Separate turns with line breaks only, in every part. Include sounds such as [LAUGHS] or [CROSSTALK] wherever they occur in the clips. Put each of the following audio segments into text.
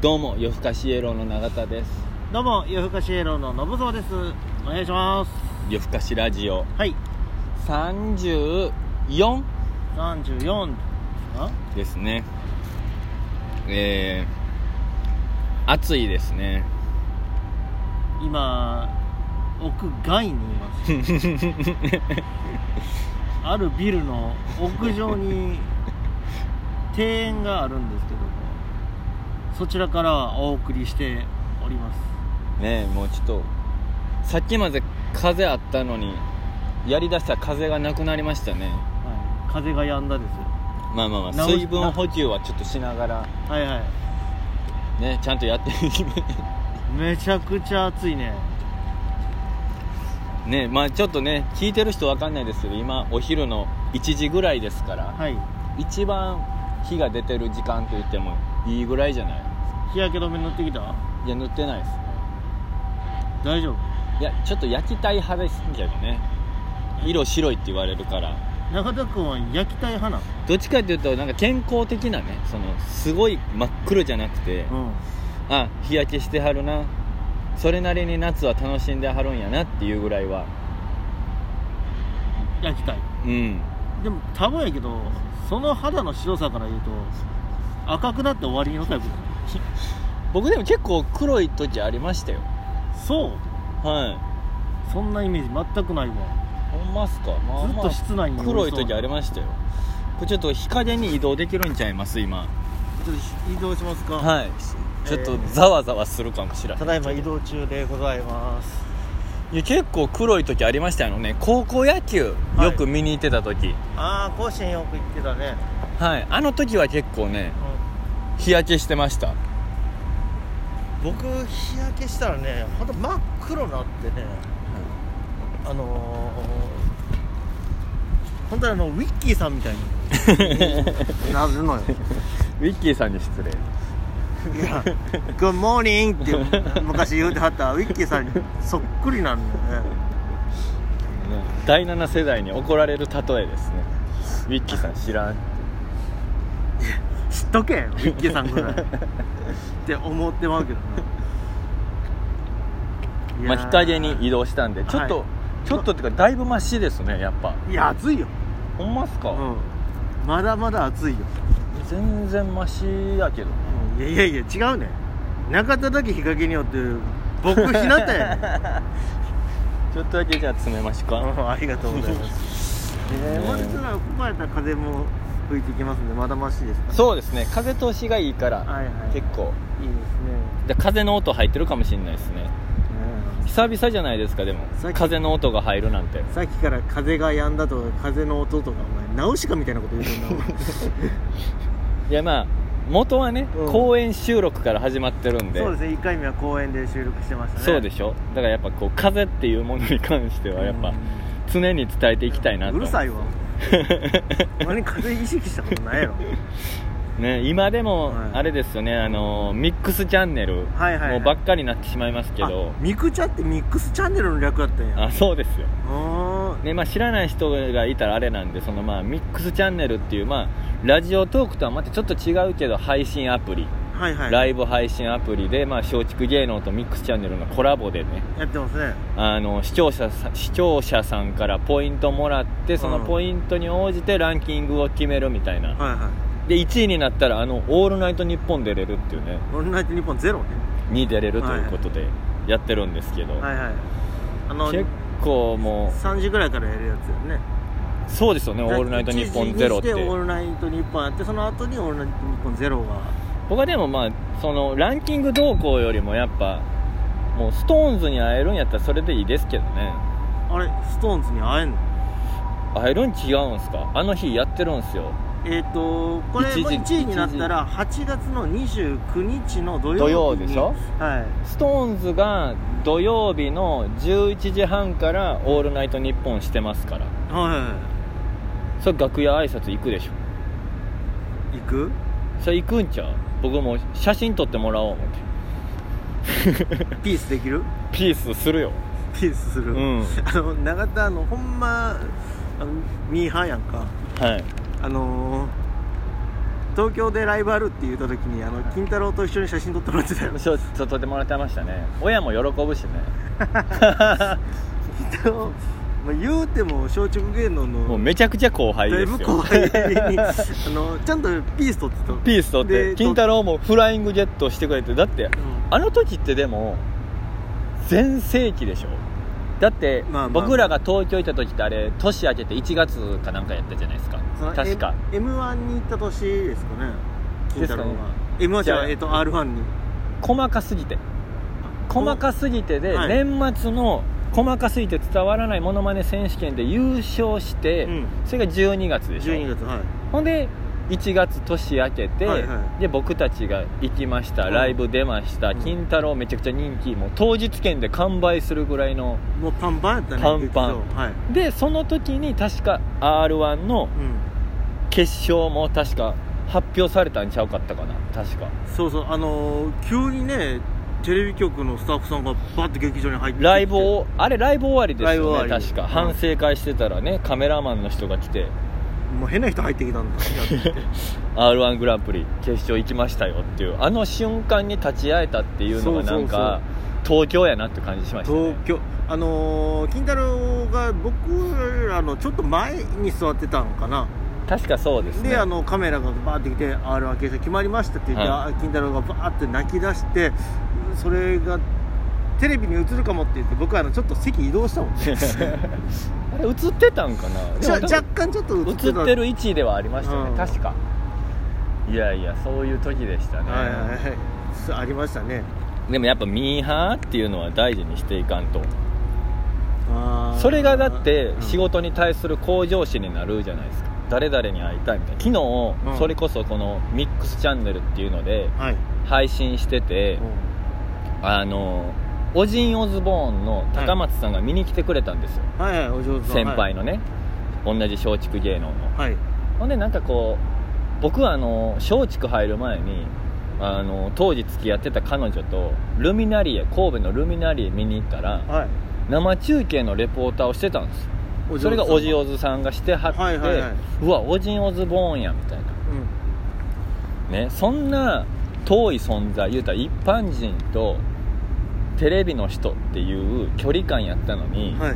どうも夜更かしイエローの永田です
どうも夜更かしイエローの信沢ですお願いします
夜更かしラジオ
はい
34
34あ
ですねえー、暑いですね
今屋外にいます [LAUGHS] あるビルの屋上に庭園があるんですけどもそちらからお送りしております
ねえもうちょっとさっきまで風あったのにやりだしたら風がなくなりましたね
はい風が止んだですよ
まあまあまあ
直し
水分補給はちょっとしながら
はいはい
ねちゃんとやっていきま
めちゃくちゃ暑いね
[LAUGHS] ねまあちょっとね聞いてる人わかんないですけど今お昼の1時ぐらいですから
はい
一番日が出てる時間と言ってもいいぐらいじゃない
日焼け止め塗ってきた
いや塗ってないです
大丈夫
いやちょっと焼きたい派ですけどね色白いって言われるから
中田君は焼きたい花
どっちかっていうとなんか健康的なねそのすごい真っ黒じゃなくて、
うん
あ日焼けしてはるなそれなりに夏は楽しんではるんやなっていうぐらいは
焼きたい
うん
でも多分やけどその肌の白さから言うと赤くなって終わりのタイプだね
僕でも結構黒い時ありましたよ
そう
はい
そんなイメージ全くないわ
ほんますか、まあ
ずっ
まあ
と室内におりそう
黒い時ありましたよこれちょっと日陰に移動できるんちゃいます今
ちょっと移動しますか
はいちょっとざわざわするかもしれない、
ただいま移動中でございます
いや結構黒い時ありましたよね高校野球
はい
よく見に行ってた時
ああ甲子園よく行ってたね、
はい、あの時は結構ね日焼けしてました
僕日焼けしたらねほんと真っ黒なってねあのー、本当にあのウィッキーさんみたい [LAUGHS] になるのよ
ウィッキーさんに失礼
いや「 [LAUGHS] グッモーニング」って昔言うてはったウィッキーさんにそっくりなんだよね
第7世代に怒られる例えですねウィッキーさん知らん
知っとけウィッキーさんぐらいって思ってまうけどない
ま
や
あ、日陰に移動したんでちょっと、
は
ちょっとっていうかだいぶマシですねやっぱ
いや暑いよ、
ほんまっすか、
うん、まだまだ暑いよ、
全然マシやけど
うんいやいやいや違うね中田だけ日陰によって僕
[LAUGHS]
日向やね
ちょっとだけじゃあ詰めましょう
う
か、
んありがとうございます
[LAUGHS]
えー、割となここやったら風も吹いてきますんでまだましですか
そうですね風通しがいいから、
はいはい
結構
いいです
で風の音入ってるかもしれないですね
ねうん
久々じゃないですかでも
さっき
風の音が入るなんて
さっきから風が止んだとか風の音とかお前ナウシカみたいなこと言うてんな [LAUGHS]
いやまあ元はね、
うん
公演収録から始まってるんで
そうですね1回目は公園で収録してましたね
そうで
し
しょだからやっぱこう風っていうものに関してはやっぱ常に伝えていきたいなと
うるさ
い
いわお前に風意識したことない [LAUGHS] やろ
ね今でも
はい
あれですよね、あのーミックスチャンネル
はいはいはい
もうばっかりになってしまいますけど
あミクチャってミックスチャンネルの略だったんや
あそうですよ
うーん
ねまあ、知らない人がいたらあれなんでそのまあミックスチャンネルっていう、まあ、ラジオトークとはまたちょっと違うけど配信アプリ、
はいはい
ライブ配信アプリで、まあ、松竹芸能とミックスチャンネルのコラボでね
やってますね
あの視聴者さ視聴者さんからポイントもらってその
うん
ポイントに応じてランキングを決めるみたいな、
はいはい
で1位になったらあの「オールナイトニッポン」出れるっていうね
「オールナイトニッポンゼロね
に出れるということでやってるんですけど、
はいはいあの
結構もう
3時ぐらいからやるやつよね
そうですよね「オールナイトニッポンゼロって
1時にしてオールナイトニッポンあってその後にオールナイトニッポンゼロが
僕はでもまあそのランキング動向よりもやっぱもうストーンズに会えるんやったらそれでいいですけどね
あれストーンズに会えんの
会えるん違うんすかあの日やってるんすよ
えっ、とこれ
一
も
時
1位になったら8月の29日の土曜日
土曜で
に
しょ
はい
ストーンズが土曜日の11時半から「オールナイトニッポン」してますから
は
それ楽屋挨拶行くでしょ
い行く
それ行くんちゃう僕も写真撮ってもらおう思って
ピースできる
ピースするよ
ピースする、
うん
あの永田あのほんまあのミーハーやんか
はい
あのー東京でライブあるって言った時にあの金太郎と一緒に写真撮ってもらってたよ
そうそう撮ってもらってましたね親も喜ぶしね
金太郎、 [LAUGHS] まあ、言うても松竹芸能の
もうめちゃくちゃ後輩
だい
で
ぶ
す
後
よ
輩に [LAUGHS] あのちゃんとピース撮ってた
ピース取って
で
金太郎もフライングジェットしてくれてだってあの時ってでも全盛期でしょだって
まあまあ
僕らが東京行った時ってあれ年明けて1月かなんかやったじゃないですか確か
m 1に行った年ですかね金太郎が、
ですか
m 1じゃ
じゃあ
えっと r 1に
細かすぎて細かすぎてで、
はい
年末の細かすぎて伝わらないものまね選手権で優勝して、
うん
それが12月でしょ
12月はい
ほんで1月年明けて、
はいは
で僕たちが行きました
うん
ライブ出ました、
うん
金太郎めちゃくちゃ人気もう当日券で完売するぐらいの
もうパンパンやったね
パンパン
劇場はい、
でその時に確か r 1の
うん、
決勝も確か発表されたんちゃうかったかな確か
そうそうあのー急にねテレビ局のスタッフさんがバッて劇場に入ってきて
ライブをあれライブ終わりで
ラ
す
イブ
よ
終
ね
わり
確
う
か
ん
反省会してたらねカメラマンの人が来て
もう変な人入ってきた
[LAUGHS]
んだ
r 1グランプリ決勝行きましたよっていうあの瞬間に立ち会えたっていうのがなんか東京やなって感じしました
東
ね
京あのー金太郎が僕らのちょっと前に座ってたのかな
確かそうですね
であのカメラがバーって来て「r 1決勝決まりました」って言って、
は
あ金太郎がバーって泣き出してそれがテレビに映るかもって言って僕はあのちょっと席移動したもんね
[LAUGHS] あれ映ってたんかな
じゃ
でも多
若干ちょっと映
分
ってた
映ってる位置ではありましたよね、
うん
確かいやいやそういう時でしたね、
はいはいはいそうありましたね
でもやっぱミーハーっていうのは大事にしていかんと
あー
それがだって仕
うん
事に対する向上心になるじゃないですか誰々に会いたいみたいな昨日、
うん
それこそこのミックスチャンネルっていうので
はい、
配信してて、あのオジン・オズボーンの高松さんが見に来てくれたんですよ、
はいはいお上手
先輩のね、同じ松竹芸能の
はい、
ほんでなんかこう僕はあの松竹入る前にあの当時付き合ってた彼女とルミナリエ神戸のルミナリエ見に行ったら
はい、
生中継のレポーターをしてたんですよ
お上手
それがオジオズさんがしてはって、
はいはいはいう
わオジンオズボーンやみたいな
う
ねそんな遠い存在言うたら一般人とテレビの人っていう距離感やったのに、
んはい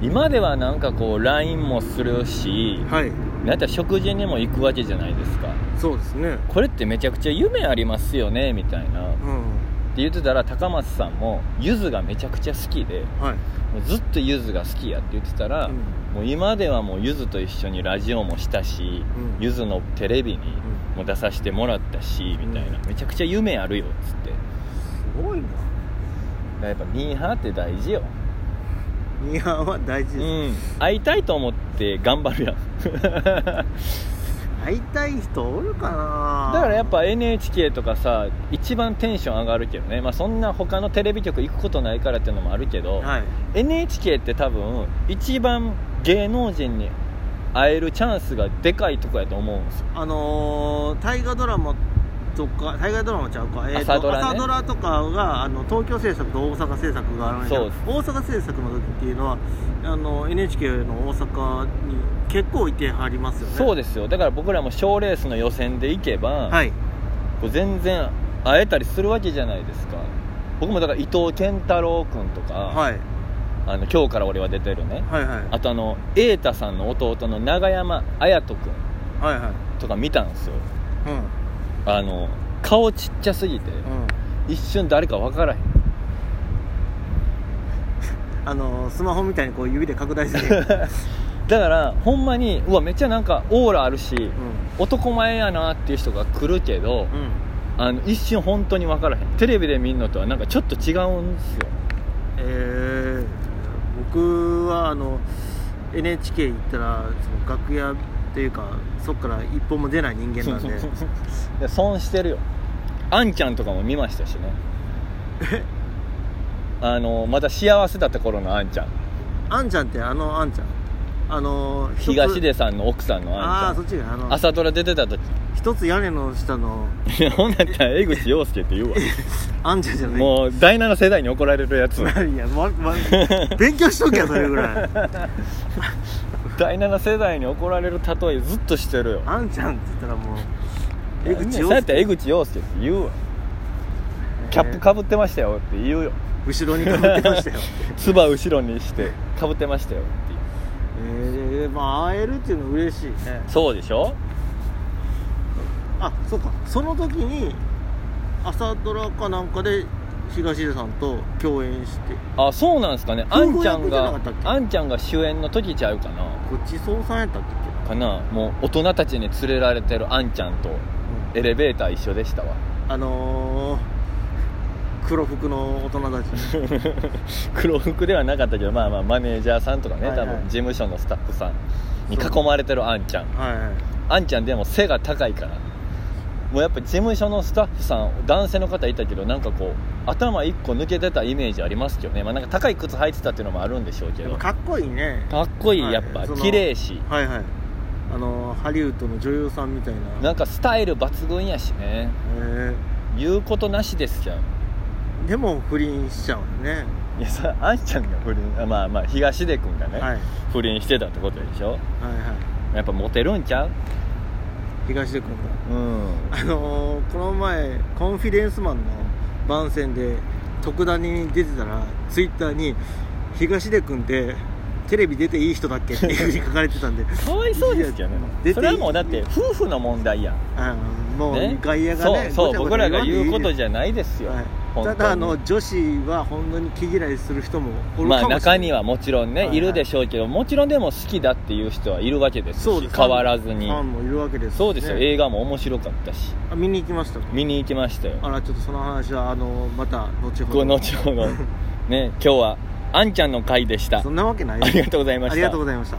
今ではなんかこう LINE もするし、
はい
なんか食事にも行くわけじゃないですか
そうですね
これってめちゃくちゃ夢ありますよねみたいなって
うん
言ってたら高松さんもゆずがめちゃくちゃ好きで
はい
もうずっとゆずが好きやって言ってたら、
うん
もう今ではもうゆずと一緒にラジオもしたし
うん
ゆず、のテレビにも出させてもらったし、みたいなめちゃくちゃ夢あるよっつってだか
すごいな
らやっぱミーハーって大事よ、
ニーハーは大事
う
です、
ん、会いたいと思って頑張る
[LAUGHS]
やん
会いたい人おるかな
だからやっぱ NHK とかさ一番テンション上がるけどね、まあ、そんな他のテレビ局行くことないからっていうのもあるけど、
はい
NHK って多分一番芸能人に会えるチャンスがでかいとこやと思うんですよ
あのー大河ドラマとか大河ドラマちゃうか、えーと
朝ドラね
朝ドラとかがあの東京制作と大阪制作があるんやけ
そう
ど
です
大阪制作の時っていうのはあの NHK の大阪に結構いてはりますよね
そう
で
ですよだから僕らも賞ーレースの予選で行けば、
はい
こう全然会えたりするわけじゃないですか僕もだから伊藤健太郎君とか、
はい
あの今日から俺は出てるね
はいはい
あとあの瑛太さんの弟の永山綾人君
はいはい
とか見たんですよ
うん
あの顔ちっちゃすぎて
うん
一瞬誰か分からへん
あのースマホみたいにこう指で拡大し
[LAUGHS]
て、うん、
だからほんまにうわめっちゃなんかオーラあるし男前やなっていう人が来るけど、
うん
あの一瞬本当に分からへんテレビで見るのとはなんかちょっと違うんですよ
えー、僕はあの NHK 行ったらその楽屋というかそっから一本も出ない人間なんで
で損してるよあんちゃんとかも見ましたしねあのまだ幸せだった頃のあんちゃん
あんちゃんってあのあんちゃんあの一つ
東出さんの奥さんのあ
ああ
んち
そっちがあ
ゃん
の
朝ドラ出てた時 [LAUGHS]
一つ屋根の下の
ほんなったら江口洋介って言うわ
[LAUGHS] あんちゃんじゃない
もう第7世代に怒られるやつ
何や、
[LAUGHS]
まま、勉強しとけよそれぐらい
第7世代に怒られる例えずっとしてるよ
あんちゃんって言ったらもう江口
そうやったら江口洋介って言うわキャップかぶってましたよって言うよ
後ろにかぶって
[LAUGHS]
ましたよ
つば後ろにしてかぶってましたよっていう
ええまあ会えるっていうの嬉しいね
そうでしょ
あそうかその時に朝ドラかなんかで東出さんと共演して
あそうなんですかねあ
夫
ん
婦役
ちゃん
じゃな
が
かったっけ
あんちゃんが主演の時ちゃうかな
ごちそうさんやったっけ、
かなもう大人たちに連れられてるあんちゃんとエレベーター一緒でしたわ [LAUGHS]
あのー、黒服の大人たち
[LAUGHS] 黒服ではなかったけどまあまあマネージャーさんとかね
はい
多
はい
分事務所のスタッフさんに囲まれてるあんちゃん
はいはい
あんちゃんでも背が高いからもうやっぱ事務所のスタッフさん男性の方いたけどなんかこう頭一個抜けてたイメージありますけどね、まあ、なんか高い靴履いてたっていうのもあるんでしょうけ
やっ
ど
ぱ
か
かっこいいね
っこいい
はい
やっぱ
その
綺麗し
はいはいあのーハリウッドの女優さんみたいな
なんかスタイル抜群やしね
え
言うことなしですじゃん
ーでも不倫しちゃうよね
いやさあんちゃんが不倫あまあまあ東出君がね、
はいはい
不倫してたってことでしょ
はい
やっぱモテるんちゃう
東出君が
う
[LAUGHS]
ん
あのーこの前コンフィデンスマンの番宣で特ダネに出てたらツイッターに「東出君ってテレビ出ていい人だっ
[LAUGHS]
け?」っていうふうに書かれてたんで
かわいそうですけどね
出ていい
それはもうだって夫婦の問題やん
あのも
ね
う外野がね
そう
ご
そう
ちゃご
僕
ちゃ
らが言うこと
ゃ
じゃないですよ、本当
た
に
だあの女子は本当に気嫌いする人もおる
ま
かもしれない、
あ中にはもちろんね、
はいいはい
るでしょうけどもちろんでも好きだっていう人はいるわけですし
そうです
変わらずに
ファンもいるわけです、ね、
そうですよ、映画も面白かったし
あ見に行きましたか
見に行きましたよ
あらちょっとその話はあのまた後ほ
こ
ど
の
[LAUGHS]
後ほどね今日はあんちゃんの回でした
そんなわけない
ありがとうございました
ありがとうございました